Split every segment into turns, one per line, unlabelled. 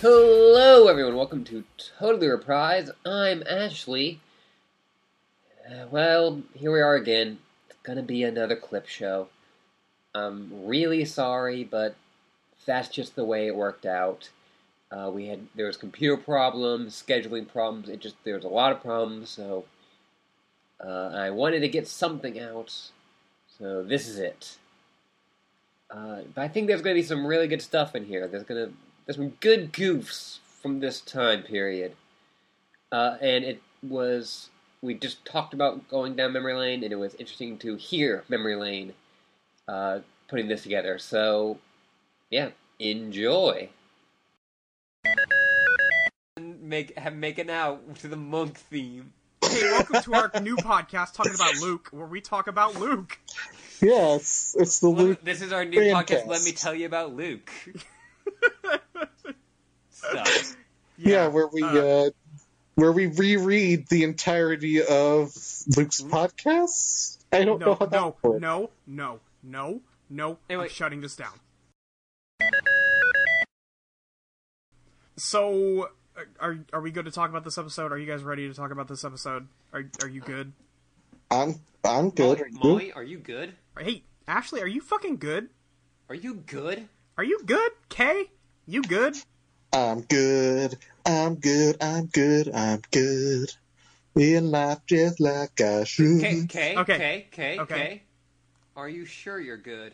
Hello, everyone. Welcome to Totally Reprise. I'm Ashley. Uh, well, here we are again. It's gonna be another clip show. I'm really sorry, but that's just the way it worked out. Uh, we had there was computer problems, scheduling problems. It just there was a lot of problems. So uh, I wanted to get something out. So this is it. Uh, but I think there's gonna be some really good stuff in here. There's gonna there's some good goofs from this time period. Uh, and it was we just talked about going down memory lane, and it was interesting to hear memory lane uh, putting this together. So yeah, enjoy. Make have make it now to the monk theme.
Hey, welcome to our new podcast talking about Luke, where we talk about Luke.
Yeah, it's, it's the Luke.
This is our new
Fancast.
podcast. Let me tell you about Luke. Stuff.
Yeah, where we
uh,
uh, where we reread the entirety of Luke's podcast. I don't know
Hmm? no,
how that
no,
works.
no, no, no, no.
Anyway.
I'm shutting this down. So, uh, are are we good to talk about this episode? Are you guys ready to talk about this episode? Are are you good?
I'm I'm good. Are you?
Molly, are you good?
Hey, Ashley, are you fucking good?
Are you good?
Are you good? Kay, you good?
I'm good. I'm good. I'm good. I'm good. In life, just like I should.
Okay, okay, okay,
Mm. Okay.
okay,
Okay.
okay. Are you sure you're good?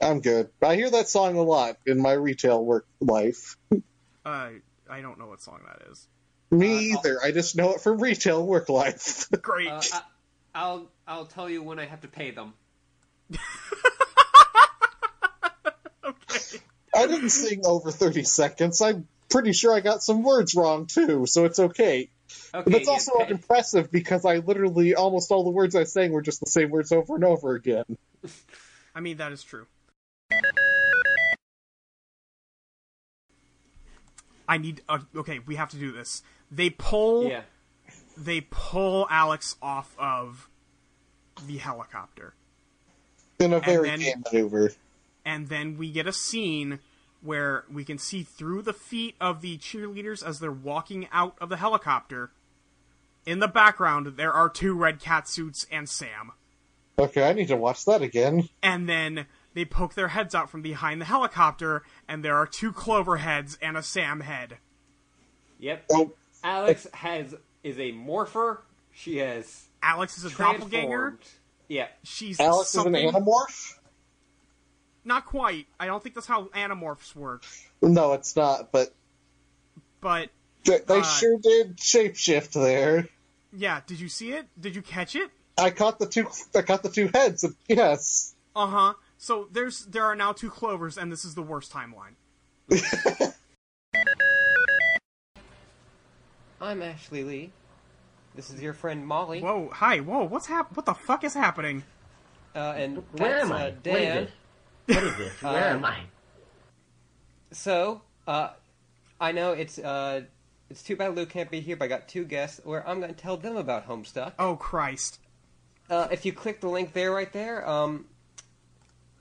I'm good. I hear that song a lot in my retail work life.
Uh, I don't know what song that is.
Me
Uh, I'll-
either. I just know it from retail work life.
Great.
Uh, I, I'll I'll tell you when I have to pay them.
okay.
I didn't sing over 30 seconds. I'm pretty sure I got some words wrong too, so it's okay.
Okay,
But that's
yeah,
also
pay-
unimpressive because I literally almost all the words I sang were just the same words over and over again.
I mean that is true. I need. Uh, okay, we have to do this. They pull.
yeah.
They pull Alex off of the helicopter,
In a very
then-
game maneuver.
and then we get a scene where we can see through the feet of the cheerleaders as they're walking out of the helicopter. In the background, there are two red cat suits and Sam.
Okay, I need to watch that again.
and then they poke their heads out from behind the helicopter, and there are two clover heads and a Sam head.
Yep.
Oh,
Alex has is a morpher. She has
Alex is a doppelganger.
transformed. Yeah.
She's
Alex
something.
is an animorph?
Not quite. I don't think that's how animorphs work.
No, it's not, but
But
they, they
Uh,
sure did shapeshift there.
yeah, did you see it? Did you catch it?
I caught the two I caught the two heads. and- Yes.
Uh huh. So there's there are now two clovers, and this is the worst timeline.
I'm Ashley Lee. This is your friend Molly.
Whoa! Hi! Whoa! What's hap? What the fuck is happening?
Uh, and
Where
that's,
am I?
uh,
What is
Dan.
it? What is this? Where
Uh,
Um,
am I?
So, uh, I know it's uh, it's too bad Luke can't be here, but I got two guests where I'm going to tell them about Homestuck.
Oh Christ!
Uh, if you click the link there, right there, um,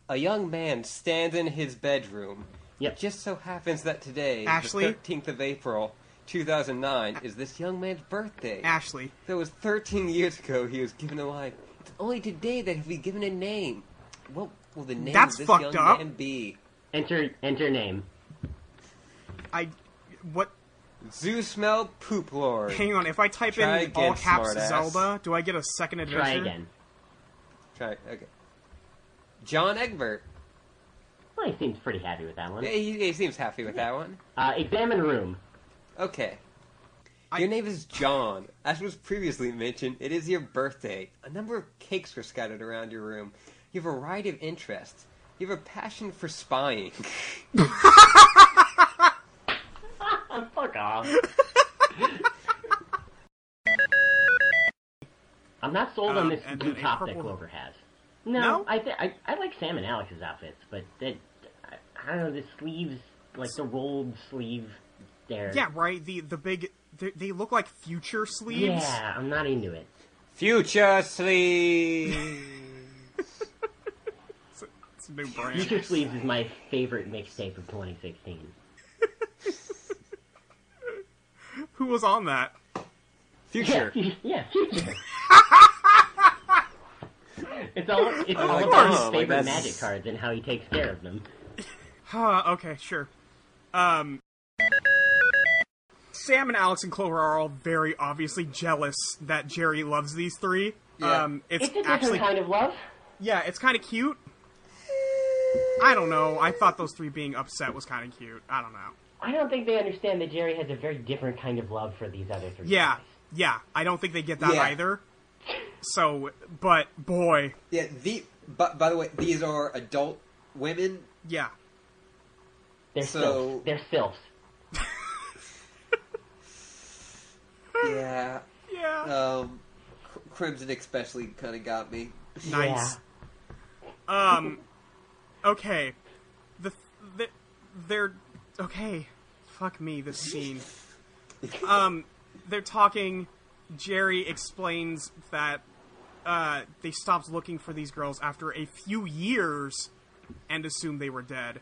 a young man stands in his bedroom.
Yep.
It just so happens that today,
Ashley?
the 13th of April, 2009, is this young man's birthday.
Ashley,
So it was 13 years ago he was given a life. It's only today that have we given a name. What will the name
That's
of this
fucked
young
up.
man be?
Enter enter name.
I what?
Zoo smell poop lord.
Hang on. If I type
Try
in
again,
all caps
smartass.
Zelda, do I get a second adventure?
Try again.
Try okay. John Egbert.
Well, he seems pretty happy with that one.
Yeah, he, he seems happy with that one.
Uh, examine room.
Okay.
I-
Your name is John. As was previously mentioned, it is your birthday. A number of cakes were scattered around your room. You have a variety of interests. You have a passion for spying.
Fuck off. I'm not sold on
Um,
this
and
blue
then a
top that
Um, purple-
Clover has. No,
No?
I, th- I I like Sam and Alex's outfits, but that I, I don't know the sleeves, like the rolled sleeve. There.
Yeah, right. The the big they, they look like future sleeves.
Yeah, I'm not into it.
Future Sleeve!
It's, a, it's a new brand.
Future Sleeves is my favorite mixtape of 2016.
Who was on that?
Future.
Yeah, yeah, Future. it's all it's all
like,
about
oh,
his
like
favorite
that's-
magic cards and how he takes care of them.
Huh, okay, sure. Um, Sam and Alex and Clover are all very obviously jealous that Jerry loves these three.
Yeah.
Um, it's,
It's a different
actually,
kind of love.
yeah, it's kind of cute. I don't know. I thought those three being upset was kind of cute. I don't know.
I don't think they understand that Jerry has a very different kind of love for these other three.
Yeah,
guys.
yeah. I don't think they get that
Yeah.
either. So, but boy,
Yeah, the but by the way, these are adult women.
yeah.
They're
So-
sylphs. They're sylphs.
Yeah,
Yeah.
um, Cr- Crimson especially kind of got me.
Nice. Um, okay. The, the they're okay. Fuck me, this scene. Um, they're talking. Jerry explains that uh, they stopped looking for these girls after a few years and assumed they were dead.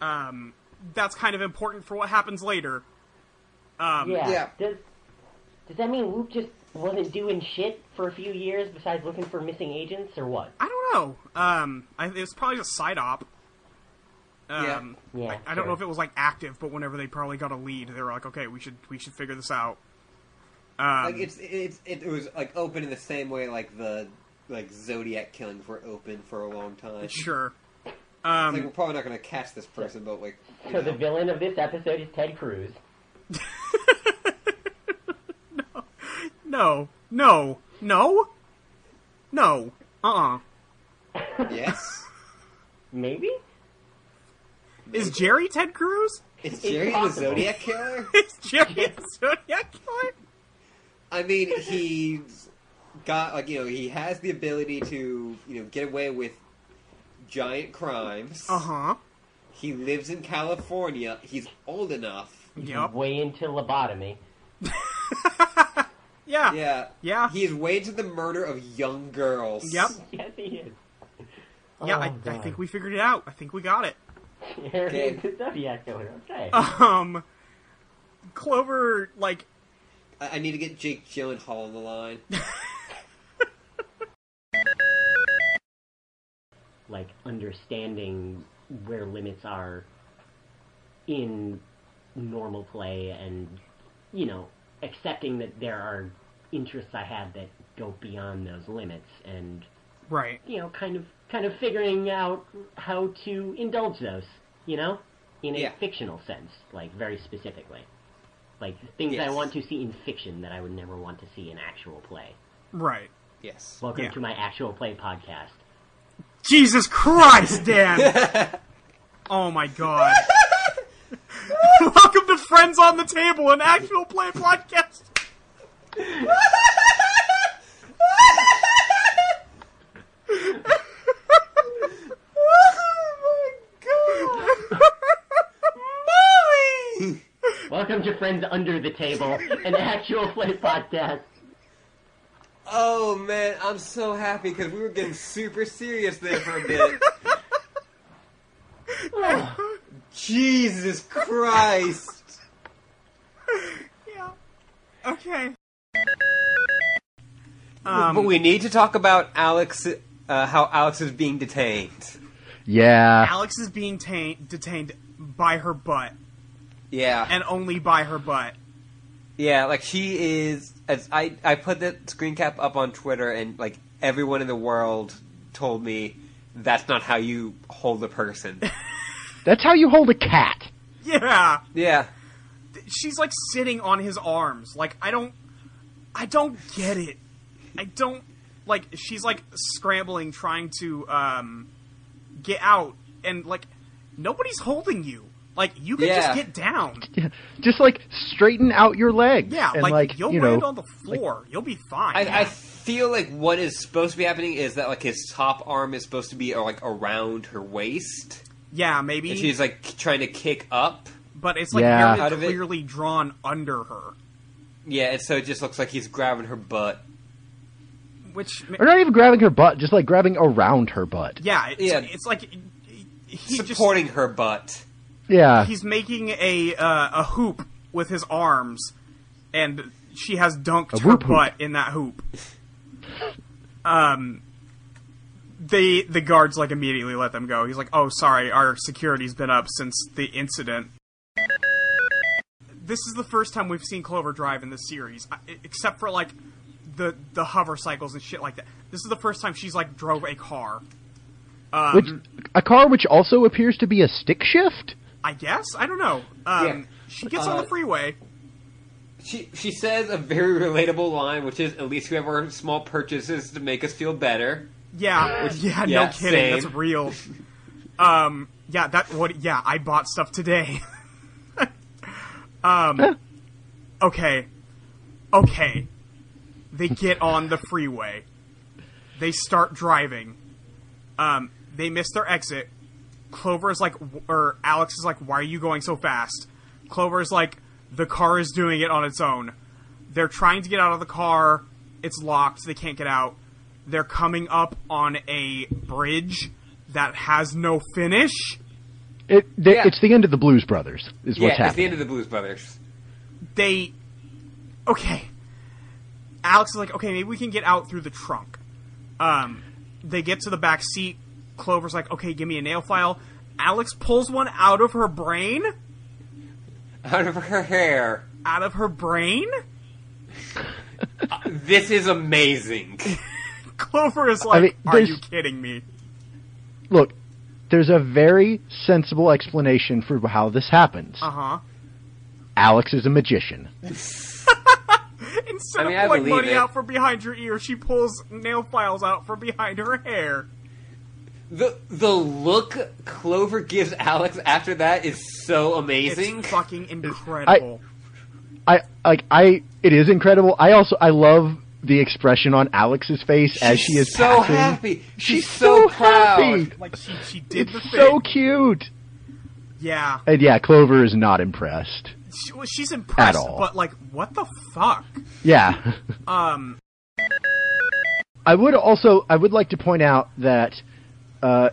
Um, that's kind of important for what happens later. Um,
Yeah.
Yeah.
Does does that mean Whoop just wasn't doing shit for a few years besides looking for missing agents or what?
I don't know. Um, I, it was probably just side op.
Yeah.
Um,
Yeah.
I, I don't know if
sure.
it was like active, but whenever they probably got a lead, they were like, "Okay, we should we should figure this out." Um,
Like it's it's it was like open in the same way like the like Zodiac killings were open for a long time.
sure.
It's like
Um,
we're probably not going to catch this person, but like you
So the
know.
villain of this episode is Ted Cruz.
no, no, no, no. Uh. uh
yes,
Maybe?
Is Jerry Ted Cruz?
is Jerry the
possible.
Zodiac killer?
Is Jerry a Zodiac killer?
I mean, he's got like you know he has the ability to you know get away with giant crimes.
Uh huh.
He lives in California. He's old enough.
Yep.
Way into lobotomy.
Yeah. Yeah.
Yeah.
Yeah.
He is way into the murder of young girls.
Yep.
Yes, he is. Oh,
I, I think we figured it out. I think we got it.
Jerry
Okay.
is the Zodiac killer. Okay.
Um, Clover like
I, I need to get Jake Gyllenhaal on the line.
like understanding where limits are in normal play and you know accepting that there are interests i have that go beyond those limits and
right.
you know kind of kind of figuring out how to indulge those you know in a
Yeah.
fictional sense like very specifically like things i
Yes.
want to see in fiction that i would never want to see in actual play
Right.
Yes.
welcome
Yeah.
to my actual play podcast
Jesus Christ, Dan! oh my god. Welcome to Friends on the Table, an actual play podcast!
Welcome to Friends Under the Table, an actual play podcast.
Oh man, I'm so happy because we were getting super serious there for a minute. Jesus Christ!
yeah. Okay.
but we need to talk about Alex, uh, how Alex is being detained.
Yeah.
Alex is being tain- detained by her butt,
Yeah,
and only by her butt.
yeah. Like she is. As I, I put that screen cap up on Twitter, and like everyone in the world told me that's not how you hold a person.
That's how you hold a cat.
Yeah!
yeah,
she's like sitting on his arms. Like I don't I don't get it. I don't like she's like scrambling trying to um get out and like nobody's holding you. Like you can just
Yeah.
get down.
Just like straighten out your legs.
Yeah,
and
like,
like
you'll
you know,
land on the floor. you'll be fine.
I, I feel like what is supposed to be happening is that like his top arm is supposed to be uh, like around her waist,
Yeah, maybe.
and she's like trying to kick up.
but it's like
Yeah.
Out
very
of it.
clearly drawn under her,
Yeah, and so it just looks like he's grabbing her butt.
which ma-
Or not even grabbing her butt, just like grabbing around her butt.
yeah, it's,
Yeah.
it's like he's
supporting her butt.
Yeah.
just he's making a uh, a hoop with his arms, and she has dunked
A
her
whoop hoop.
butt in that hoop. Um. They the guards like immediately let them go. He's like, "Oh, sorry, our security's been up since the incident." This is the first time we've seen Clover Drive in this series, I- e, except for like the the hover cycles and shit like that. This is the first time she's like drove a car. Um,
which a car which also appears to be a stick shift?
I guess I don't know. Um,
Yeah.
She gets on the
Uh,
freeway.
She she says a very relatable line, which is at least we have our small purchases to make us feel better.
Yeah, yeah,
yeah,
no kidding.
same.
That's real. Um, yeah, that what? Yeah, I bought stuff today. um, okay, okay. They get on the freeway. They start driving. Um, they miss their exit. Clover is like, w- or Alex is like, "Why are you going so fast?" Clover is like, "The car is doing it on its own." They're trying to get out of the car. It's locked. They can't get out. They're coming up on a bridge that has no finish.
It th-
Yeah.
it's the end of the Blues Brothers is
Yeah,
what's
it's the
happening.
end of the Blues Brothers.
They. Okay. Alex is like, okay, maybe we can get out through the trunk. Um, they get to the back seat. Clover's like, okay, give me a nail file. Alex pulls one out of her brain.
Out of her hair.
Out of her brain?
This is amazing.
Clover is like,
mean,
are you
there's-
kidding me?
Look, there's a very sensible explanation for how this happens.
Uh huh.
Alex is a magician.
Instead
I mean, I
of pulling
believe
money
it.
out from behind her ear, she pulls nail files out from behind her hair.
The the look Clover gives Alex after that is so amazing.
It's fucking incredible.
I like I it is incredible. I also I love the expression on Alex's face as she is
so
passing.
happy. She's, so, proud.
happy.
like she, she did
It's
the thing.
so cute.
yeah,
And yeah, Clover is not impressed.
she, well, she's impressed,
all.
but like, what the fuck?
Yeah.
Um,
I would also I would like to point out that uh,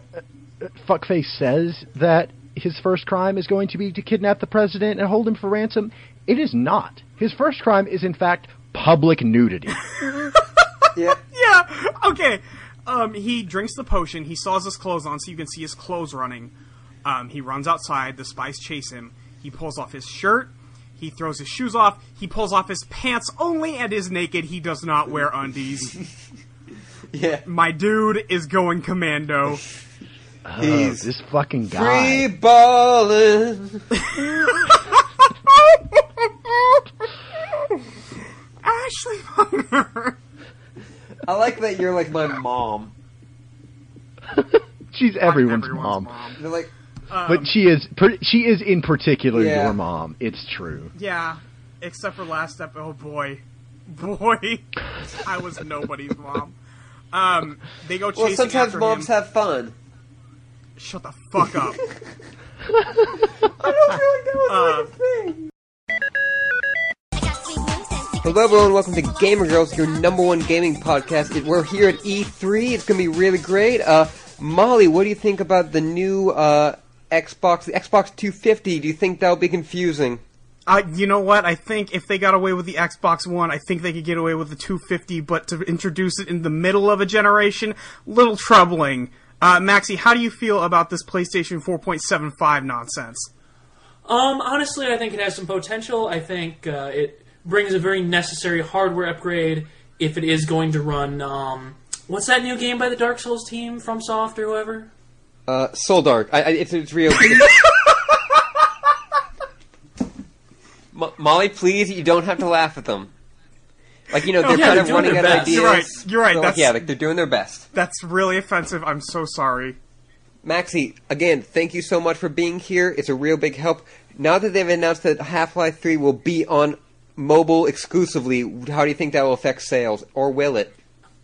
Fuckface says that his first crime is going to be to kidnap the president and hold him for ransom. It is not. His first crime is in fact public nudity.
Yeah.
yeah, okay. Um, he drinks the potion. He saws his clothes on, so you can see his clothes running. Um, he runs outside. The spies chase him. He pulls off his shirt. He throws his shoes off. He pulls off his pants only and is naked. He does not wear undies.
Yeah.
my dude is going commando.
He's
Oh, this fucking
free
guy.
ballin'.
Ashley Bunker.
I like that you're like my mom.
She's everyone's,
Everyone's
mom.
You're like
Um,
but she is per- she is in particular
Yeah.
your mom. It's true.
Yeah, except for last step. Oh boy, boy, I was nobody's mom. Um, they go chasing
well sometimes
after
moms
him.
have fun.
Shut the fuck up.
I don't feel like that was
Uh,
Hello, everyone. Welcome to Gamer Girls, your number one gaming podcast. It- We're here at E3. It's going to be really great. Uh, Molly, what do you think about the new uh, Xbox, the Xbox 250? Do you think that'll be confusing?
Uh, you know what? I think if they got away with the Xbox One, I think they could get away with the 250. But to introduce it in the middle of a generation, little troubling. Uh, Maxie, how do you feel about this PlayStation 4.75 nonsense?
Um, honestly, I think it has some potential. I think uh, it brings a very necessary hardware upgrade if it is going to run. Um, what's that new game by the Dark Souls team, FromSoft or whoever?
Uh, Soul Dark. I, I, it's, it's real. Mo- Molly, please, you don't have to laugh at them. Like, you know, they're
Oh, yeah,
kind
they're
of
doing
running
their
out of
best.
ideas.
You're
right, you're right,
They're like,
that's-
yeah, like, they're doing their best.
That's really offensive. I'm so sorry.
Maxie, again, thank you so much for being here. It's a real big help. Now that they've announced that Half Life 3 will be on mobile exclusively, how do you think that will affect sales? Or will it?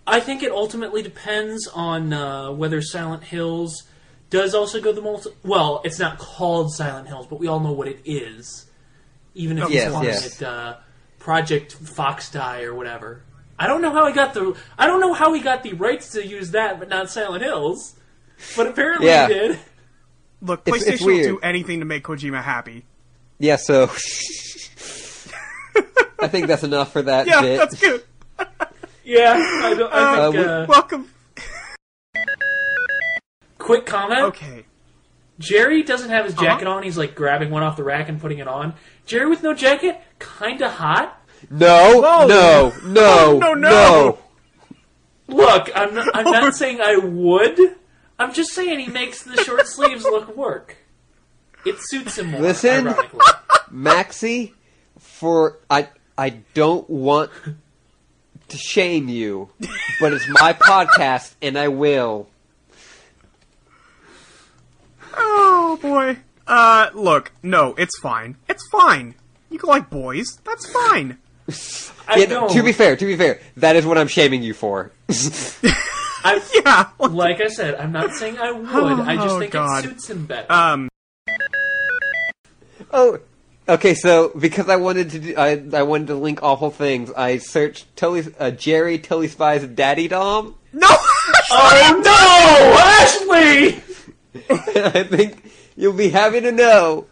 I think it ultimately depends on uh, whether Silent Hills does also go the multi. Well, it's not called Silent Hills, but we all know what it is. Even if
Oh, Yes,
he's calling
yes.
it uh, Project Fox Die or whatever. I don't know how he got the. I don't know how he got the rights to use that, but not Silent Hills. But apparently
Yeah.
he did.
Look,
It's-
PlayStation
it's
will
weird.
do anything to make Kojima happy.
Yeah, so I think that's enough for that
Yeah,
bit.
that's good.
Yeah, I, don't, I
Uh,
think.
we-
uh,
Welcome.
quick comment.
Okay.
Jerry doesn't have his jacket
Uh-huh.
on. He's like grabbing one off the rack and putting it on. Jerry with no jacket, kind of hot.
No,
Whoa.
Oh, no, no,
Oh, no, no.
Look, I'm not, I'm not saying I would. I'm just saying he makes the short sleeves look work. It suits him more.
Listen.
ironically.
Maxi, for I I don't want to shame you, but it's my podcast and I will.
Oh boy. Uh, look. No, it's fine. It's fine. You can like boys. That's fine.
I
It-
don't.
to be fair, to be fair, that is what I'm shaming you for.
I,
Yeah.
like I said, I'm not saying I would. I just
Oh,
think
God.
it suits him better.
Um.
oh, okay. So because I wanted to, do, I I wanted to link awful things. I searched Tully, uh, Jerry Tully Spy's Daddy Dom.
No.
oh no, Ashley!
I think you'll be happy to know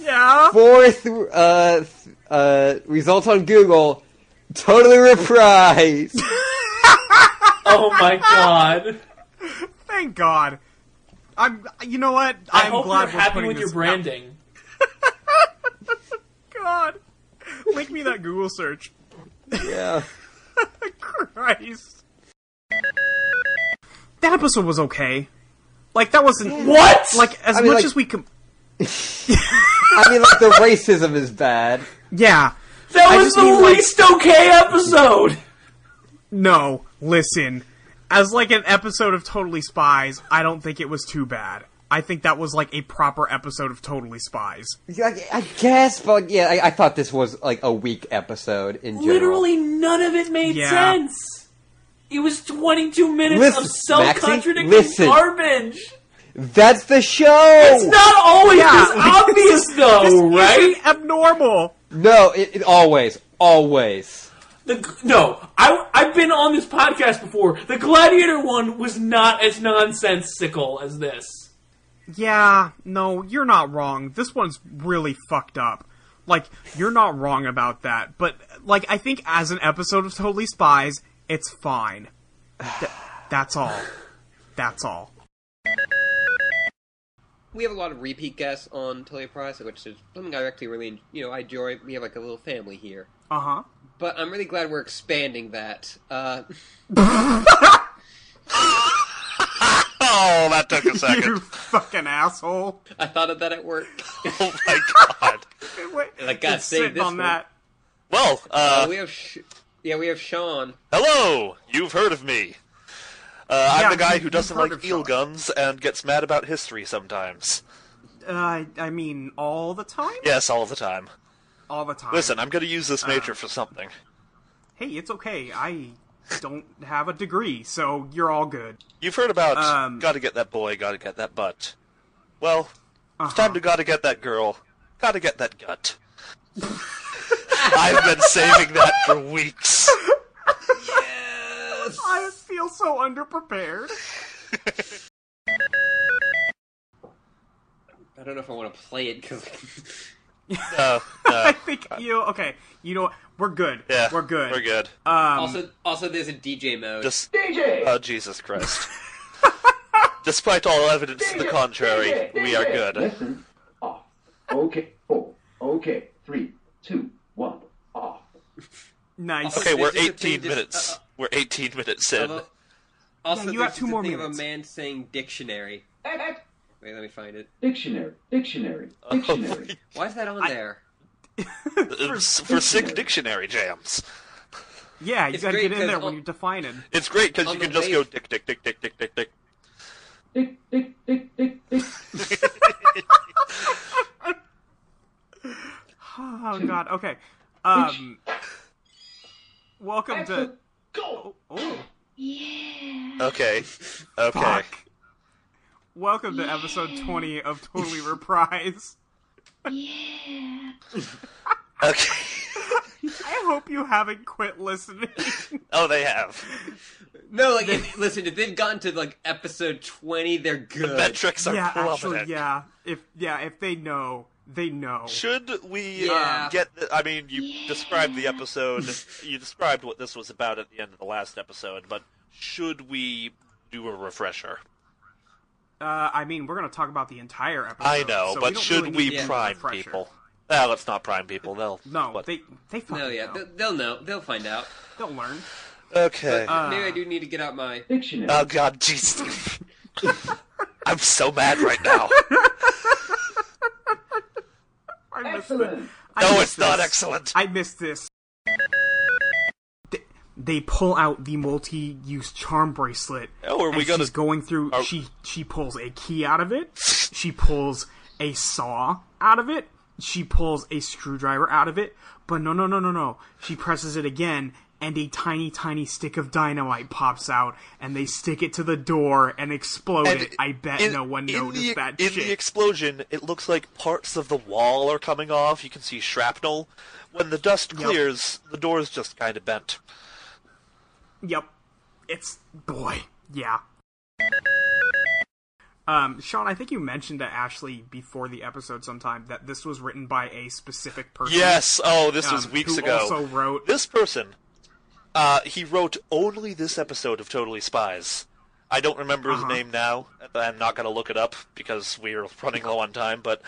yeah.
fourth uh, th- uh, results on Google totally reprised.
Oh my God!
Thank God. I'm. You know what?
I
am
hope
glad
you're
we're
happy
putting
with your
this-
branding.
God. Link me that Google search.
yeah.
Christ. That episode was okay. Like that wasn't
What?
like as
I mean, like-
much as we com-
I mean, like the racism is bad.
Yeah.
that
I
was
just
the
mean, like-
least okay episode.
No, listen. As like an episode of Totally Spies, I don't think it was too bad. I think that was like a proper episode of Totally Spies.
I, I guess, but yeah, I, I thought this was like a weak episode in general.
Literally none of it made
Yeah.
sense. It was 22 minutes
Listen,
of
Maxie,
self-contradicting
listen.
garbage.
that's the show.
It's not always
Yeah.
this obvious, though,
This
right?
isn't abnormal.
no, it, it always, always.
The g- no, I I've been on this podcast before. The Gladiator one was not as nonsensical as this.
Yeah, no, you're not wrong. This one's really fucked up. Like, you're not wrong about that. But, like, I think as an episode of Totally Spies, it's fine. Th- that's all. That's all.
We have a lot of repeat guests on Totally Prize, which is something I actually really, you know, I enjoy. We have like a little family here.
Uh
Uh-huh.
huh.
But I'm really glad we're expanding that. Uh,
Oh, that took a
You
second.
fucking asshole.
I thought of that at work.
oh my god.
I gotta
It's
say
sitting
this
on
one.
that.
Well, uh,
we have, sh- yeah, we have Sean.
hello. You've heard of me. Uh,
Yeah,
I'm the guy
you-
who
you've
doesn't
heard
like
of
eel
Sean.
guns and gets mad about history sometimes.
Uh, I- I mean, all the time?
Yes, all the time.
All the time.
Listen, I'm going to use
Um,
this nature for something.
Hey, it's okay. I don't have a degree, so you're all good.
You've heard about
um,
gotta get that boy, gotta get that butt. Well, it's
Uh-huh.
time to gotta get that girl, gotta get that gut. I've been saving that for weeks.
I feel so underprepared.
I don't know if I want to play it because
No, no.
I think you okay. You know what? we're good.
Yeah,
we're good. Um,
We're good.
also, also there's a DJ mode.
Just Oh, Jesus Christ. Despite all evidence to the contrary, we are good.
Listen, off. Okay, four. Okay, three, two, one, off.
Nice.
Okay, we're
This is the
18
thing, just- uh,
minutes. We're 18 minutes
I
in.
love- also,
you
there's
have two
the
more
thing of a
minutes.
man saying dictionary. Wait, let me find it.
Dictionary, dictionary,
Oh,
dictionary.
Why is that on there?
Uh, for, for sick dictionary jams.
yeah, you
It's
gotta
great
get in there
'cause
when
I'll-
you're defining.
It's great because
On
you
the
can just
way-
go dick, dick, dick, dick, dick, dick, dick.
Dick, dick, dick, dick, dick.
Oh
Hmm.
god.
Um,
Okay. Um. Welcome to.
Go!
Oh.
Yeah.
Okay. Okay.
Fuck. Welcome to episode 20 of Totally Reprise.
Yeah.
Okay.
I hope you haven't quit listening.
Oh, they have.
No, like, if, listen, if they've gotten to, like, episode 20, they're good.
Metrics are
yeah,
plummeting.
actually, yeah. If yeah, if they know, they know.
Should we
Yeah.
um, get? The, I mean, you described the episode. you described what this was about at the end of the last episode, but should we do a refresher?
Uh, I mean, we're gonna talk about the entire episode.
I know,
Uh, so
but
don't
should
really
we
need to do a
prime
refresher.
people? No, let's not prime people. They'll
No,
what-
they they fucking
No, yeah,
know.
they'll, they'll know. They'll find out.
They'll learn. Uh,
okay.
Maybe I do need to get out my.
Dictionary.
oh God, jeez. I'm so mad right now.
I missed it.
Excellent.
I
No,
missed
it's not
this.
excellent.
I missed this. They- They pull out the multi-use charm bracelet.
Oh, are we
and
gonna-
She's going through.
are-
She she pulls a key out of it. She pulls a saw out of it. She pulls a screwdriver out of it. But no, no, no, no, no. She presses it again, and a tiny, tiny stick of dynamite pops out, and they stick it to the door and explode
And
it. I bet
in-
no one
in
noticed
the, e-
that
in
shit.
the explosion, it looks like parts of the wall are coming off. You can see shrapnel. When the dust clears, the door's just kind of bent.
Yep. It's boy, yeah. Um, Sean, I think you mentioned to Ashley before the episode sometime that this was written by a specific person.
Yes. Oh, this
um,
was weeks
who
ago.
Also wrote.
This person, uh, he wrote only this episode of Totally Spies. I don't remember his
Uh-huh.
name now. I'm not going to look it up because we're running low on time, but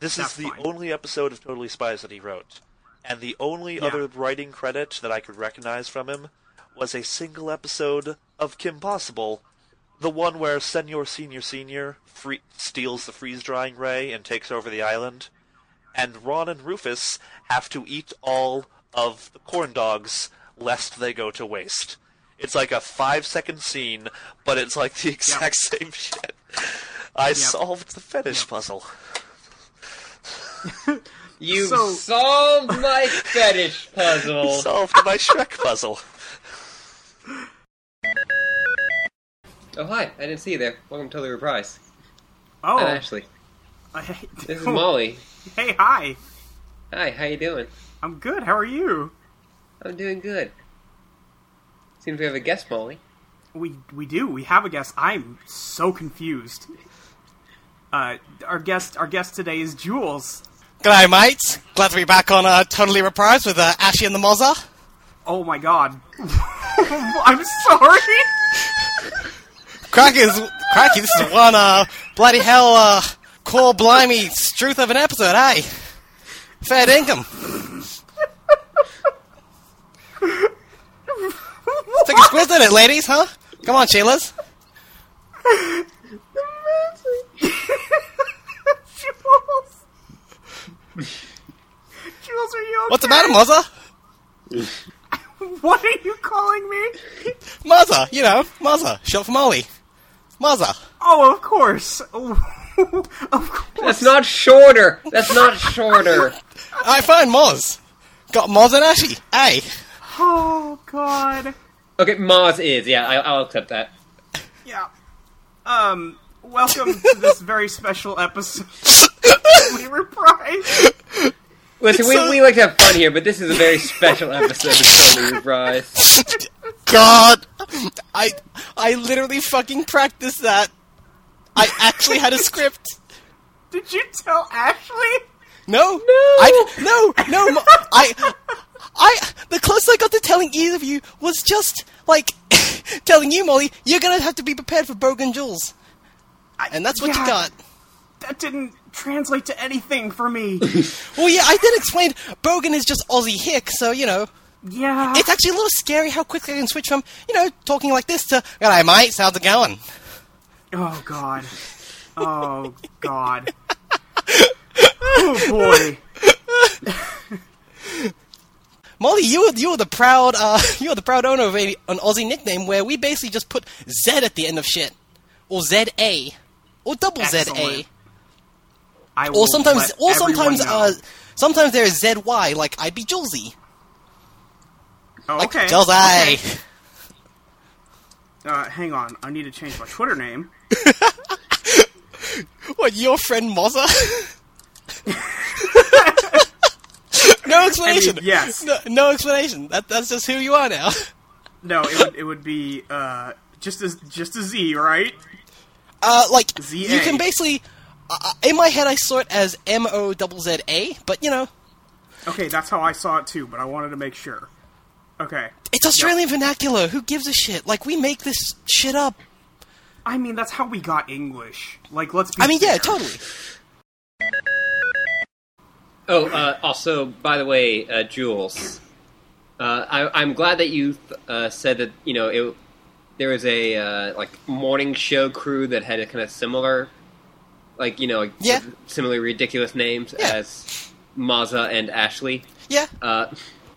this
That's
is the
fine.
only episode of Totally Spies that he wrote. And the only other writing credit that I could recognize from him was a single episode of Kim Possible, the one where Senor Senior Senior free- steals the freeze drying ray and takes over the island and Ron and Rufus have to eat all of the corn dogs lest they go to waste. It's like a five second scene, but it's like the exact same shit. I solved the fetish puzzle.
You
So-
solved my fetish
I
puzzle.
solved my Shrek puzzle.
Oh, hi. I didn't see you there. Welcome to Totally Reprise.
Oh,
I'm Ashley. This is Molly.
hey, hi.
Hi, how you doing?
I'm good. How are you?
I'm doing good. Seems we have a guest, Molly.
We we do. We have a guest. I'm so confused. Uh, our guest our guest today is Jules.
G'day, mates. Glad to be back on uh, Totally Reprised with uh, Ashy and the Mozza.
Oh my god. I'm sorry.
Cracky, is, cracky this is one uh, bloody hell uh, core blimey truth of an episode, eh? Fair dinkum. Take a squint at it, ladies, huh? Come on, Sheila's.
Jules. Jules, are you okay?
What's the matter, Mozza?
What are you calling me?
Mozza, you know, Mozza. Short for Molly. Mozza.
Oh, of course. of course.
That's not shorter. That's not shorter.
I find Moz. Got Moz and Ashy, eh?
Oh, God.
Okay, Moz is. Yeah, I, I'll accept that.
Yeah. Um, welcome to this very special episode. we reprise.
Listen, we,
so-
we like to have fun here, but this is a very special episode of Totally Reprise.
God, I I literally fucking practiced that. I actually had a script.
Did you tell Ashley?
No, no, I, no, no. mo- I, I. The closest I got to telling either of you was just like telling you, Molly, you're gonna have to be prepared for broken jewels,
I-
and that's what
yeah,
you got.
That didn't translate to anything for me.
Well, yeah, I did explain. Brogan is just Aussie hick, so you know.
yeah.
It's actually a little scary how quickly I can switch from you know talking like this to "G'day, mate, how's it going?"
Oh God. Oh God. oh boy.
Molly, you were, you were the proud uh, you were the proud owner of a, an Aussie nickname where we basically just put Z at the end of shit, or Z A, or double Z
Excellent.
A,
I will
eh? or sometimes
let
or
everyone
sometimes
know.
uh, sometimes there is Z Y, like I'd be Julesy,
Oh,
like
okay.
Jules A.
Uh, hang on, I need to change my Twitter name.
What, your friend Mozza? no explanation.
yes.
No, no explanation. That, that's just who you are now.
No, it would, it would be uh, just as just a Z, right?
Uh, like
ZA.
you can basically. Uh, in my head, I saw it as M O Z A, but you know,
Okay, that's how I saw it too, but I wanted to make sure. Okay,
it's Australian vernacular. Who gives a shit? Like we make this shit up.
I mean that's how we got English. Like, let's be.
I mean, yeah,
fair.
totally.
Oh, uh, also, by the way, uh, Jules, uh, I, I'm glad that you uh, said that you know it. There was a uh, like morning show crew that had a kind of similar, like you know,
Yeah.
similarly ridiculous names
Yeah.
as Mazza and Ashley,
Yeah,
uh,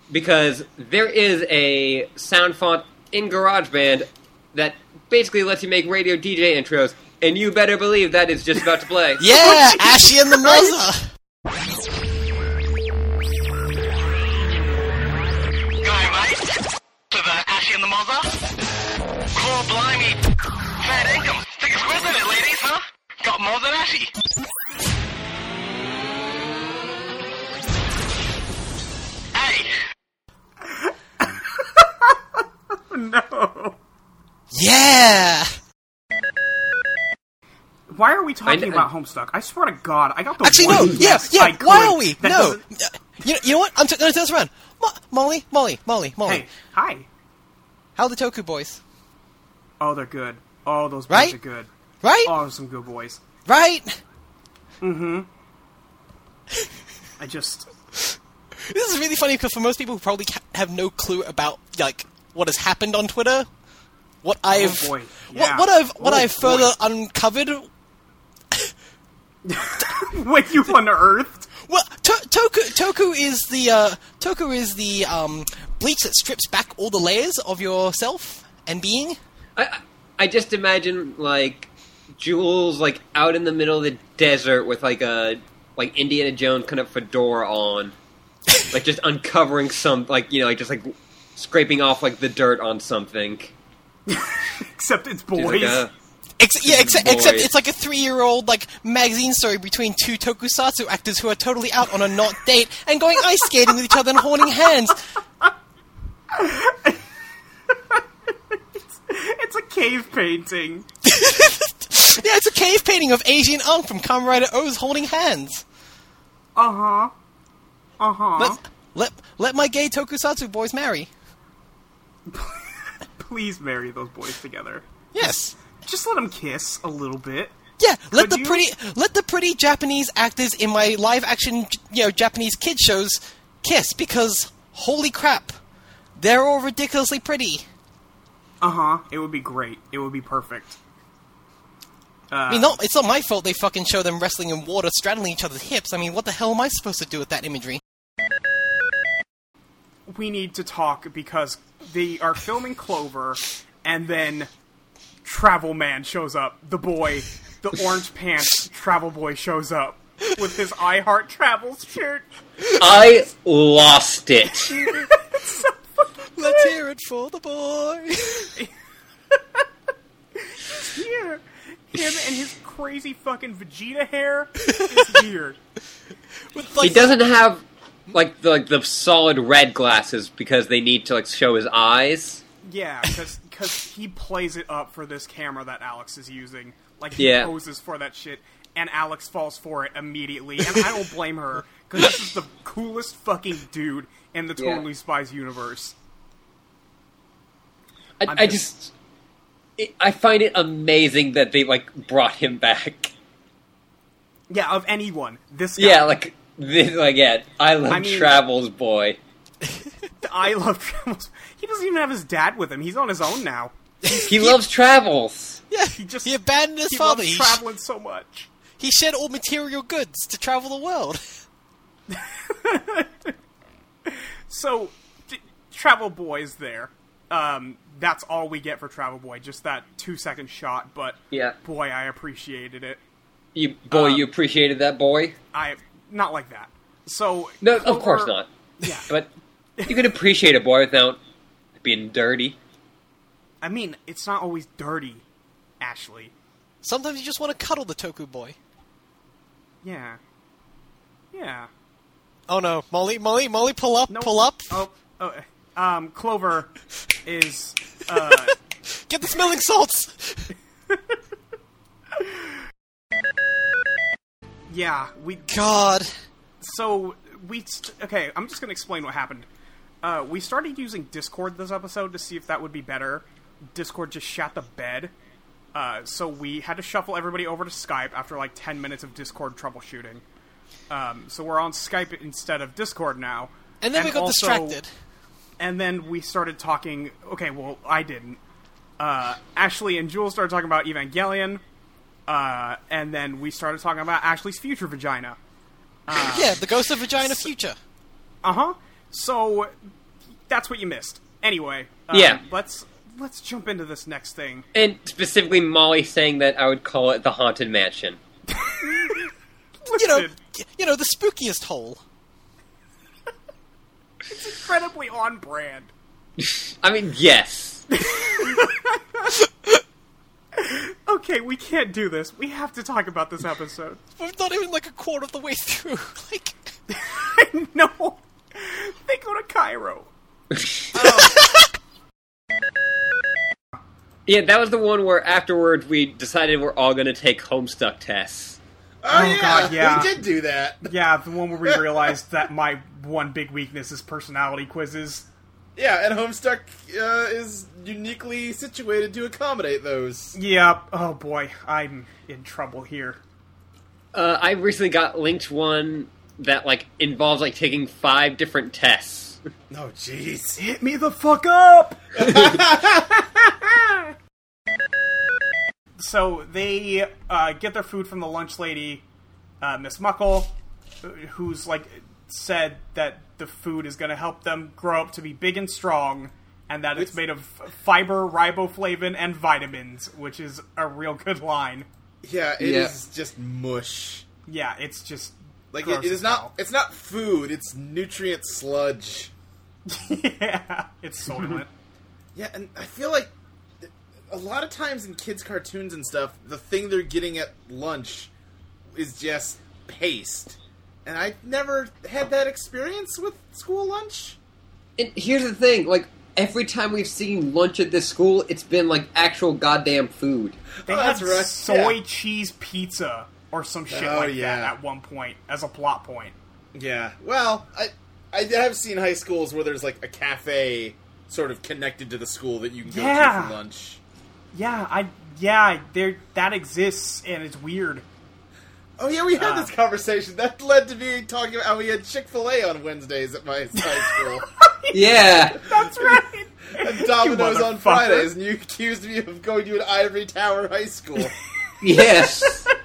because there is a sound font in GarageBand that basically lets you make radio DJ intros, and you better believe that is just about to play.
yeah, Ashy and the Mozza.
Guy, mate. To the Ashy and the Mother. Claw blimey. Fat income. Think it's worth it, ladies, huh? Got more than Ashy. Hey.
No.
Yeah.
Why are we
I- I-
talking about Homestuck? I swear to God, I got the
Actually, no.
one
Yeah,
guess I
yeah.
could
Why are we?
that
No.
doesn't-
You, you know what? I'm t- going to turn this around. Mo- Molly, Molly, Molly, Molly.
Hey, hi.
How are the Toku boys?
Oh, they're good. Oh, those boys
Right?
are good.
Right?
Oh, some good boys. Mm-hmm.
Right?
I just
This is really funny because for most people who probably ca- have no clue about like what has happened on Twitter, what I've
Oh, boy. Yeah.
what, what I've what
Oh,
I've further uncovered.
when you unearthed.
Well, to- Toku Toku is the uh, Toku is the um, bleach that strips back all the layers of yourself and being.
I, I- I just imagine like Jules like out in the middle of the desert with like a like Indiana Jones kind of fedora on, like just uncovering some like you know like just like scraping off like the dirt on something.
Except it's
She's
boys.
like, uh,
Ex- yeah, ex-
Boy.
except it's like a three-year-old like magazine story between two tokusatsu actors who are totally out on a not date and going ice skating with each other and holding hands.
It's a cave painting.
Yeah, it's a cave painting of Asian Unk from Kamen Rider O's holding hands.
Uh huh. Uh huh.
Let, let, let my gay tokusatsu boys marry.
Please marry those boys together.
Yes.
Just let them kiss a little bit.
Yeah, let
Could
the
you-
pretty let the pretty Japanese actors in my live action you know Japanese kid shows kiss because holy crap, they're all ridiculously pretty.
Uh huh. It would be great. It would be perfect.
I
Uh, Ah.
mean, not, it's not my fault they fucking show them wrestling in water, straddling each other's hips. I mean, what the hell am I supposed to do with that imagery?
we need to talk because they are filming Clover, and then Travel Man shows up. The boy, the orange pants Travel Boy shows up with his I Heart Travels shirt.
I lost it.
Let's hear it for the boy.
Here, him and his crazy fucking Vegeta hair is weird.
With,
He
like,
doesn't have like the like the solid red glasses because they need to like show his eyes.
Yeah, because he plays it up for this camera that Alex is using. Like, he
Yeah.
poses for that shit, and Alex falls for it immediately. And I don't blame her, because this is the coolest fucking dude in the
Yeah.
Totally Spies universe.
I,
I'm
I
just-
just it, I find it amazing that they like brought him back.
Yeah, of anyone. This guy.
Yeah, like this, like yeah, I love
I mean-
travels, boy.
I love Travels. He doesn't even have his dad with him. He's on his own now.
He loves travels.
yeah,
He just
he abandoned his
he
father.
loves
He,
traveling so much.
he shed all material goods to travel the world.
So, t- Travel Boy is there. Um, that's all we get for Travel Boy. Just that two second shot, but
Yeah.
boy, I appreciated it.
You boy,
um,
you appreciated that boy?
I not like that. So
No, of course
Clover-
not.
Yeah,
But you can appreciate a boy without being dirty.
I mean, it's not always dirty, Ashley.
Sometimes you just want to cuddle the Toku boy.
Yeah. Yeah.
Oh no, Molly, Molly, Molly, pull up, pull up.
Oh, oh, um, Clover is. Uh,
Get the smelling salts.
yeah, we.
God.
So we st- okay. I'm just gonna explain what happened. Uh, we started using Discord this episode to see if that would be better. Discord just shot the bed, uh, so we had to shuffle everybody over to Skype after like ten minutes of Discord troubleshooting. Um, so we're on Skype instead of Discord now.
And then we got
also-
distracted.
And then we started talking. Okay, well, I didn't. Uh, Ashley and Jewel started talking about Evangelion, uh, and then we started talking about Ashley's future vagina.
yeah, the ghost of vagina future.
Uh huh. So that's what you missed. Anyway, um,
Yeah.
Let's let's jump into this next thing.
And specifically, Molly saying that I would call it the Haunted Mansion.
You know, you know the spookiest hole.
It's incredibly on brand.
I mean, yes.
Okay, we can't do this. We have to talk about this episode.
We're not even like a quarter of the way through. Like,
no, they go to Cairo.
Yeah, that was the one where afterwards we decided we're all going to take Homestuck tests.
Oh, God, yeah.
we did do that.
Yeah, the one where we realized that my one big weakness is personality quizzes.
Yeah, and Homestuck uh, is uniquely situated to accommodate those.
Yeah. Oh boy, I'm in trouble here.
Uh, I recently got linked one that like involves like taking five different tests.
No, jeez.
Hit me the fuck up. so they uh, get their food from the lunch lady, uh, Miss Muckle, who's like said that the food is going to help them grow up to be big and strong, and that it's made of fiber, riboflavin, and vitamins, which is a real good line.
Yeah, it is
Yeah.
just mush.
Yeah, it's just
Like
gross
it, it
as
is not. It's not food. It's nutrient sludge.
yeah, it's soylent.
Yeah, and I feel like a lot of times in kids' cartoons and stuff, the thing they're getting at lunch is just paste. And I never had that experience with school lunch.
And here's the thing, like every time we've seen lunch at this school, it's been like actual goddamn food.
They had soy cheese pizza or some shit
Oh,
like
yeah.
that at one point as a plot point.
Yeah. Well, I I have seen high schools where there's like a cafe sort of connected to the school that you can go to
Yeah.
for lunch.
Yeah, I yeah, there that exists and it's weird.
Oh yeah, we had
Ah.
this conversation that led to me talking about how we had Chick Fil A on Wednesdays at my high school.
Yeah.
That's right.
and Domino's
You
on
motherfucker.
Fridays, and you accused me of going to an ivory tower high school.
Yes.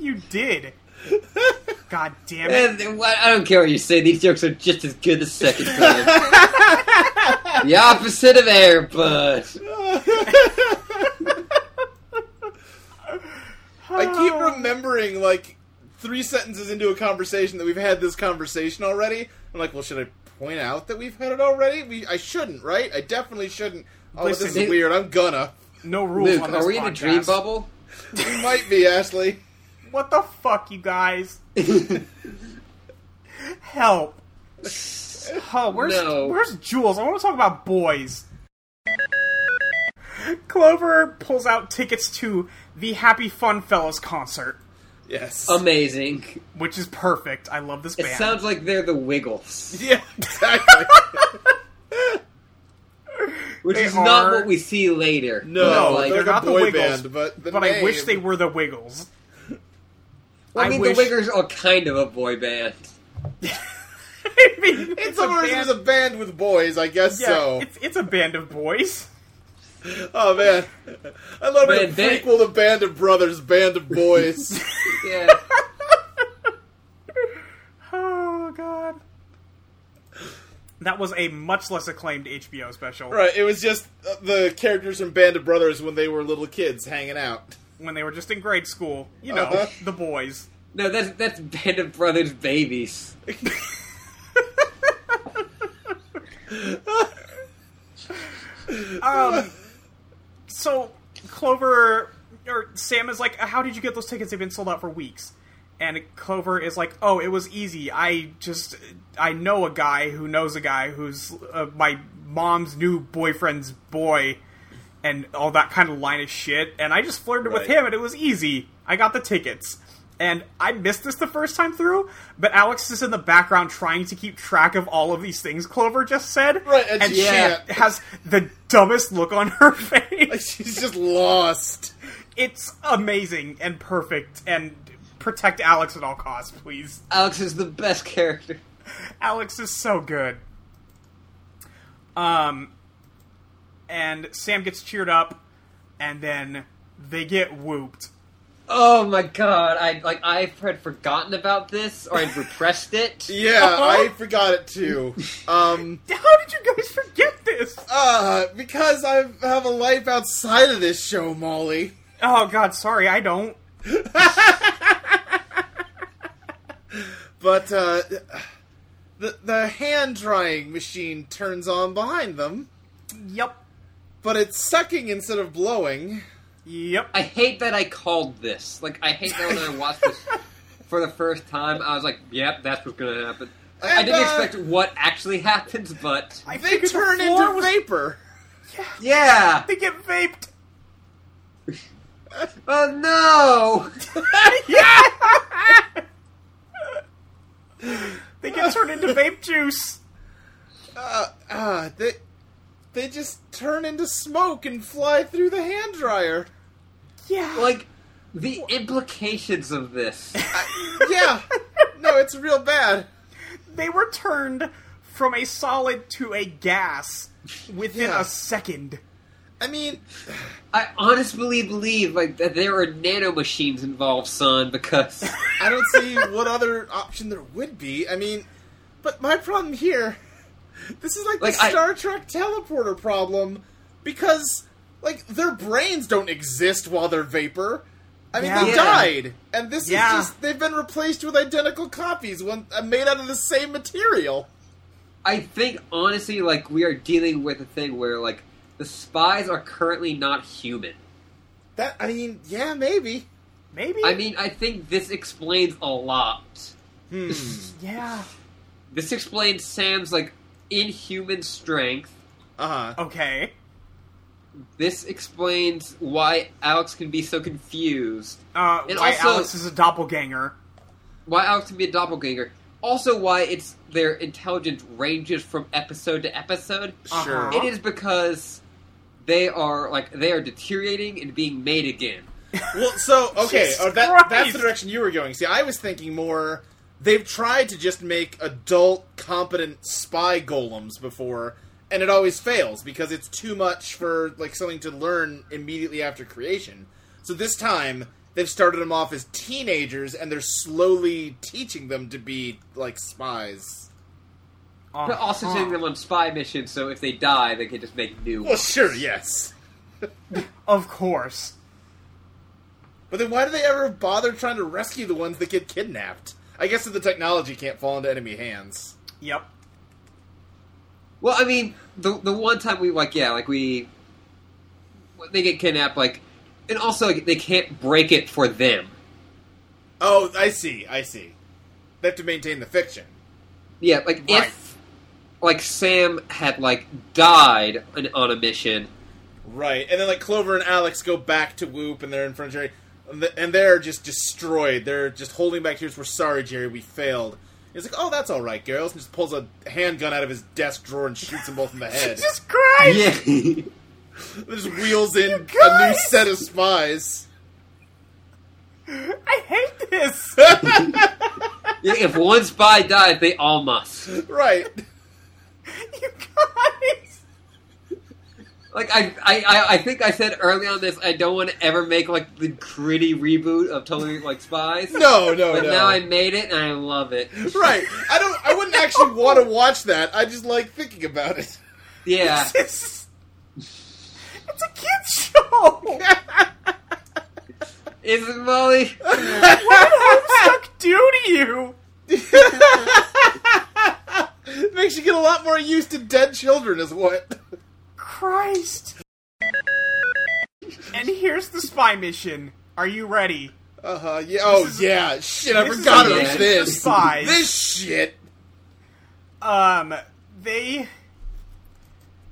You did. God damn it.
And, well, I don't care what you say; these jokes are just as good the second time. the opposite of air, bud.
I keep remembering like three sentences into a conversation that we've had this conversation already. I'm like, well, should I point out that we've had it already? We I shouldn't, right? I definitely shouldn't. Oh, this
Listen,
is weird. I'm gonna.
No rules
Luke,
on this
are we in a dream
podcast.
bubble?
You might be Ashley.
What the fuck, you guys? Help. Oh, where's
No.
where's Jules? I want to talk about boys. Clover pulls out tickets to the Happy Fun Fellows concert,
Yes.
Amazing.
which is perfect. I love this
It
band.
sounds like they're the Wiggles,
yeah. Exactly.
which
They
is not
are-
what we see later.
No,
But, like,
they're
They're
not
not
a
the
boy
Wiggles,
band, but the
but I wish
name-
they were the Wiggles.
I,
I
mean,
wish-
the Wiggers are kind of a boy band.
I mean,
It's
it's
a,
a
it
band.
was a band with boys, I guess
yeah,
so.
it's, it's a band of boys.
Oh man, I love
Man,
the
they-
prequel to Band of Brothers, Band of Boys.
Yeah.
Oh god. That was a much less acclaimed HBO special
right, it was just uh, the characters from Band of Brothers when they were little kids hanging out.
when they were just in grade school. You know,
Uh-huh.
the boys.
no, that's that's Band of Brothers Babies.
Um, so Clover or Sam is like, "How did you get those tickets? They've been sold out for weeks." And Clover is like, "Oh, it was easy. I just I know a guy who knows a guy who's uh, my mom's new boyfriend's boy." And all that kind of line of shit, and I just flirted with
Right.
him, and it was easy. I got the tickets, and I missed this the first time through. But Alex is in the background trying to keep track of all of these things Clover just said, right?
and
and
she can't.
she has the dumbest look on her face.
she's just lost.
It's amazing and perfect. And protect Alex at all costs, please.
Alex is the best character.
Alex is so good. Um, and Sam gets cheered up, and then they get whooped.
Oh my god! I like I had forgotten about this, or I'd repressed it.
Yeah, I forgot it too. Um,
How did you guys forget this?
Uh, because I have a life outside of this show, Molly.
Oh God, sorry, I don't.
but uh, the the hand drying machine turns on behind them.
Yep.
But it's sucking instead of blowing.
Yep.
I hate that I called this. Like I hate that when I watched this for the first time, I was like, "Yep, that's what's gonna happen." Like, I
And,
didn't
uh,
expect what actually happens, but
they turn into vapor.
yeah,
they get vaped.
Uh,
Oh no!
They get turned into vape juice.
Uh, uh, they they just turn into smoke and fly through the hand dryer.
Yeah.
Like the implications of this.
yeah. No, it's real bad.
They were turned from a solid to a gas within a second.
I mean,
I honestly believe like that there are nanomachines involved, son, because
I don't see what other option there would be. I mean, but my problem here, this is like,
Like,
the
I-
Star Trek teleporter problem because like their brains don't exist while they're vapor. I mean,
Yeah.
they
Yeah.
died, and this
Yeah.
is just—they've been replaced with identical copies, one uh, made out of the same material.
I think honestly, like we are dealing with a thing where like the spies are currently not human.
That I mean, yeah, maybe,
maybe.
I mean, I think this explains a lot.
Hmm.
yeah.
This explains Sam's like inhuman strength.
Uh
huh. Okay.
This explains why Alex can be so confused.
Uh,
And
why
also-
Alex is a doppelganger.
Why Alex can be a doppelganger. Also, why it's their intelligence ranges from episode to episode.
Sure.
It is because they are like they are deteriorating and being made again.
Well, so okay,
Jesus
oh, that,
Christ.
that's the direction you were going. See, I was thinking more. They've tried to just make adult, competent spy golems before, and it always fails because it's too much for like something to learn immediately after creation. So this time they've started them off as teenagers, and they're slowly teaching them to be like spies. Uh-huh.
But also sending them on spy missions, so if they die, they can just make new.
Well, sure, yes.
of course.
But then why do they ever bother trying to rescue the ones that get kidnapped? I guess that the technology can't fall into enemy hands.
Yep.
Well, I mean, the the one time we like, yeah, like we they get kidnapped, like, and also like, they can't break it for them.
Oh, I see. I see. They have to maintain the fiction.
Yeah, like if like Sam had like died on, on a mission,
Right. And then like Clover and Alex go back to Whoop and they're in front of Jerry and th- and they're just destroyed. They're just holding back tears. We're sorry, Jerry. We failed. He's like, "Oh, that's all right, girls." And just pulls a handgun out of his desk drawer and shoots them both in the head.
Jesus Christ!
Yeah.
just wheels in a new set of spies.
I hate this.
Yeah, if one spy dies, they all must.
right.
Like I, I, I, I think I said early on this, I don't want to ever make like the gritty reboot of totally like spies.
No, no,
But
no.
now I made it and I love it.
Right. I don't. I wouldn't actually want to watch that. I just like thinking about it.
Yeah.
it's a kids show.
Is it Molly?
Why did Homestuck do to you?
Makes you get a lot more used to dead children, is what.
Christ. And here's the spy mission. Are you ready?
Uh huh. Yeah. Oh yeah. Shit. I forgot about this.
Spies.
This shit.
Um, they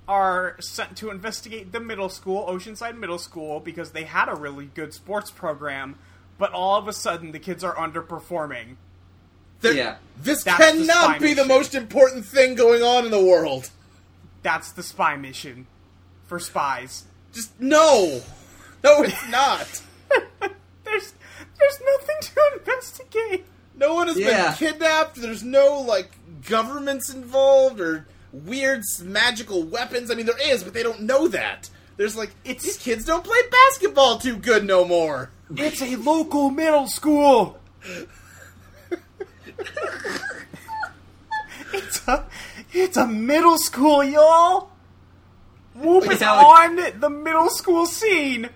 are sent to investigate the middle school, Oceanside Middle School, because they had a really good sports program, but all of a sudden the kids are underperforming.
There-
yeah.
This
That's the spy
cannot be the
mission.
most important thing going on in the world.
That's the spy mission for spies.
Just no. No, it's not.
There's there's nothing to investigate.
No one has
Yeah.
been kidnapped. There's no like governments involved or weird s- magical weapons. I mean, there is, but they don't know that. There's like these kids don't play basketball too good no more.
It's a local middle school. it's a it's a middle school, y'all. Whoop
Wait,
is
now it's-
on the middle school scene.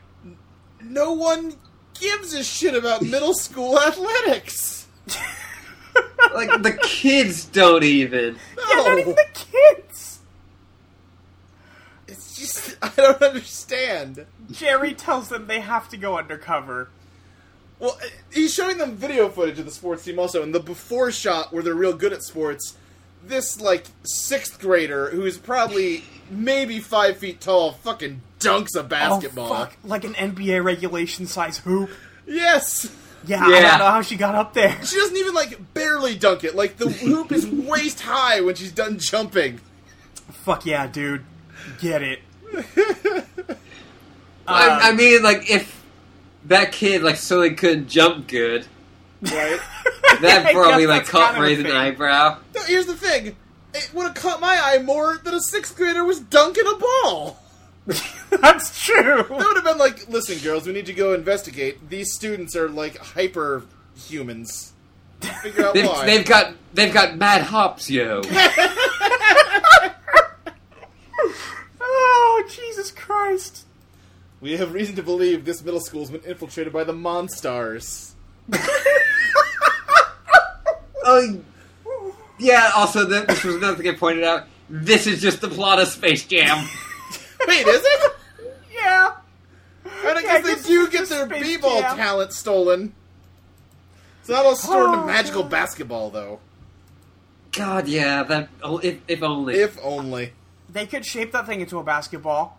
No one gives a shit about middle school athletics.
Like the kids don't even.
Yeah, not
No.
even the kids.
It's just I don't understand.
Jerry tells them they have to go undercover.
Well, uh, he's showing them video footage of the sports team also, and the before shot where they're real good at sports. This like sixth grader who is probably maybe five feet tall fucking dunks a basketball.
Oh, fuck. Like an NBA regulation size hoop.
Yes,
Yeah, I
Yeah.
don't know how she got up there.
she doesn't even like barely dunk it. Like the hoop is waist high when she's done jumping.
Fuck yeah, dude. Get it.
I, I mean, like if that kid like so they couldn't jump good,
Right.
that
I
probably
guess
like
that's
caught
kind of a
raised an
thing.
eyebrow.
No, here's the thing. It would have caught my eye more than a sixth grader was dunking a ball.
That's true.
That would have been like, listen, girls, we need to go investigate. These students are like hyper humans. Figure out
They've,
why.
they've got they've got mad hops, yo.
Oh, Jesus Christ.
We have reason to believe this middle school's been infiltrated by the Monstars.
Oh, yeah. Also, th- this was another thing I pointed out. This is just the plot of Space Jam.
Wait, is it?
Yeah.
And I
Yeah, I
guess
guess
they do
it's
get
just
their
Space
b-ball
Jam.
talent stolen. It's not all stored in
Oh,
a magical
God.
basketball, though.
God, yeah. That oh, if, if only.
If only.
They could shape that thing into a basketball.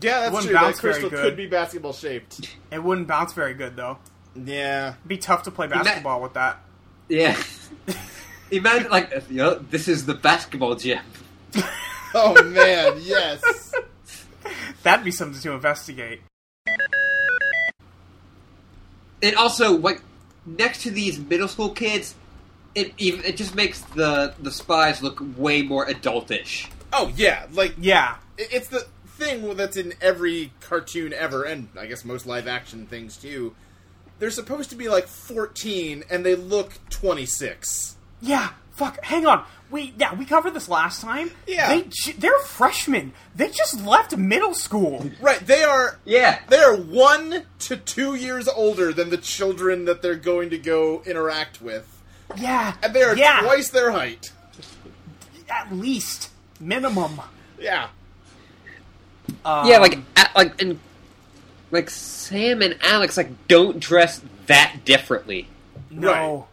Yeah, that's
Wouldn't
true. That
bounce very
crystal
good.
could be basketball shaped.
It wouldn't bounce very good, though.
Yeah.
It'd be tough to play basketball with that.
yeah. Imagine like uh, you know, this is the basketball gym.
Oh man, yes.
That'd be something to investigate.
And also, like next to these middle school kids, it even it just makes the the spies look way more adultish.
Oh yeah, like
Yeah.
It- it's the thing that's in every cartoon ever, and I guess most live action things too. They're supposed to be like 14, and they look 26.
Yeah. Fuck. Hang on. We yeah we covered this last time.
Yeah.
They ju- they're freshmen. They just left middle school.
Right? They are.
Yeah.
They are one to two years older than the children that they're going to go interact with,
Yeah.
and they are
yeah.
twice their height.
at least minimum.
Yeah.
Um,
yeah, like a- like and like Sam and Alex like don't dress that differently.
No.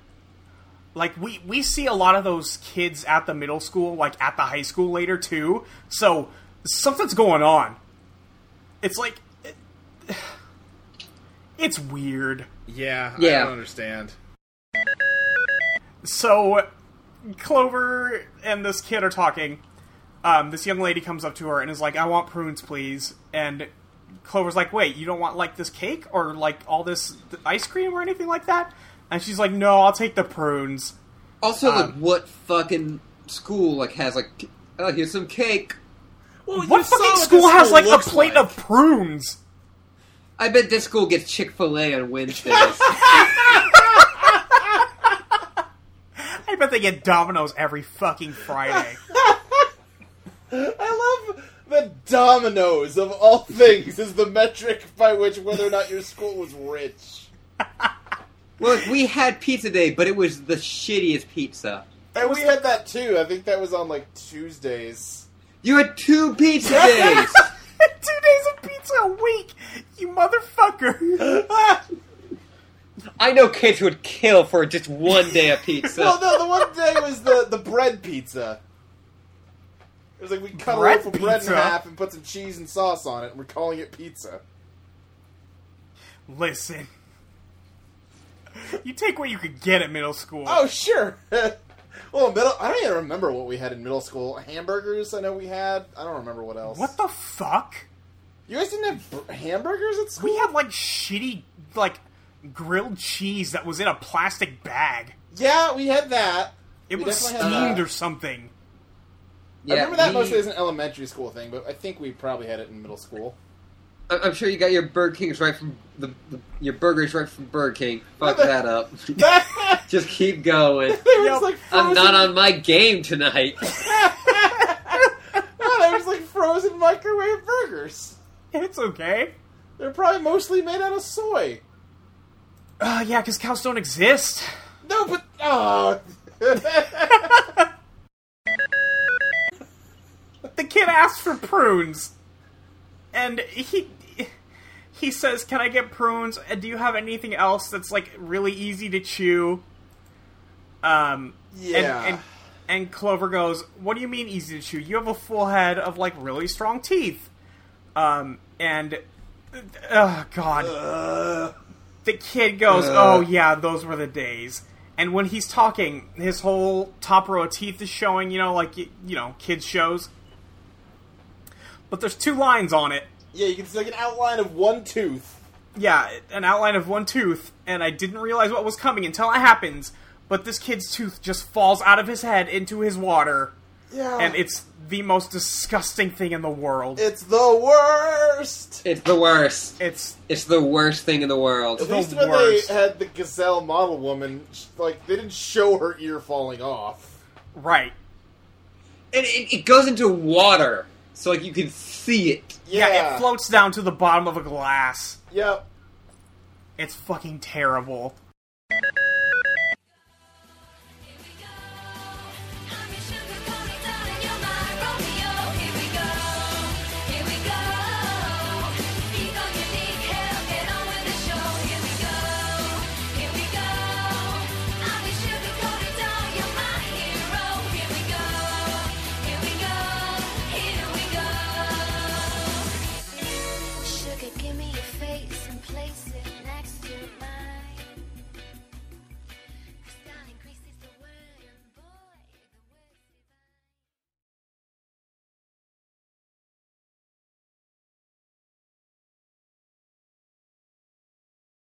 Like we we see a lot of those kids at the middle school, like at the high school later too. So something's going on. It's like it- it's weird.
Yeah. I
Yeah.
don't understand.
So Clover and this kid are talking. Um, this young lady comes up to her and is like, "I want prunes, please." And Clover's like, "Wait, you don't want like this cake or like all this th- ice cream or anything like that?" And she's like, "No, I'll take the prunes." Um,
Also, like what fucking school like has like oh here's some cake.
Well, you
What
saw
fucking
this
school has like a
looks
plate
like.
of prunes?
I bet this school gets Chick Fil A on Wednesdays.
I bet they get Domino's every fucking Friday.
I love the dominoes of all things is the metric by which whether or not your school was rich.
Look, we had pizza day, but it was the shittiest pizza.
And we had that too. I think that was on like Tuesdays.
You had two pizza days.
Two days of pizza a week. You motherfucker!
I know kids would kill for just one day of pizza.
Well, no, the one day was the, the bread pizza. It was like we cut
Bread
a loaf of bread in
pizza?
half and put some cheese and sauce on it, and we're calling it pizza.
Listen. You take what you could get at middle school.
Oh, sure. well, middle. I don't even remember what we had in middle school. Hamburgers, I know we had. I don't remember what else. What
the fuck?
You guys didn't have br- hamburgers at school?
We had like shitty, like grilled cheese that was in a plastic bag.
Yeah, we had that.
It
We
was
definitely had
steamed
that.
or something.
I
Yeah,
remember that
we-
mostly as an elementary school thing, but I think we probably had it in middle school.
I- I'm sure you got your Burger Kings right from the, the your burgers right from Burger King. Fuck
What the-
that up. Just keep going.
They were just like frozen.
I'm not on my game tonight.
No, they were just like frozen microwave burgers.
It's okay.
They're probably mostly made out of soy.
Uh, yeah, because cows don't exist.
No, but oh.
The kid asks for prunes, and he he says, "Can I get prunes? And do you have anything else that's like really easy to chew?" Um.
Yeah.
And, and, and Clover goes, "What do you mean easy to chew? You have a full head of like really strong teeth." Um. And oh god. the kid goes,
Ugh.
"Oh yeah, those were the days." And when he's talking, his whole top row of teeth is showing. You know, like y- you know, kids shows. But there's two lines on it.
yeah, you can see like an outline of one tooth.
Yeah, an outline of one tooth, and I didn't realize what was coming until it happens. But this kid's tooth just falls out of his head into his water,
Yeah.
and it's the most disgusting thing in the world.
It's the worst.
It's the worst.
It's
It's the worst thing in the world.
At least when they had the gazelle model woman, sh- like they didn't show her ear falling off.
right.
And it, it goes into water, so like you can see it.
Yeah.
Yeah.
it floats down to the bottom of a glass.
Yep.
It's fucking terrible.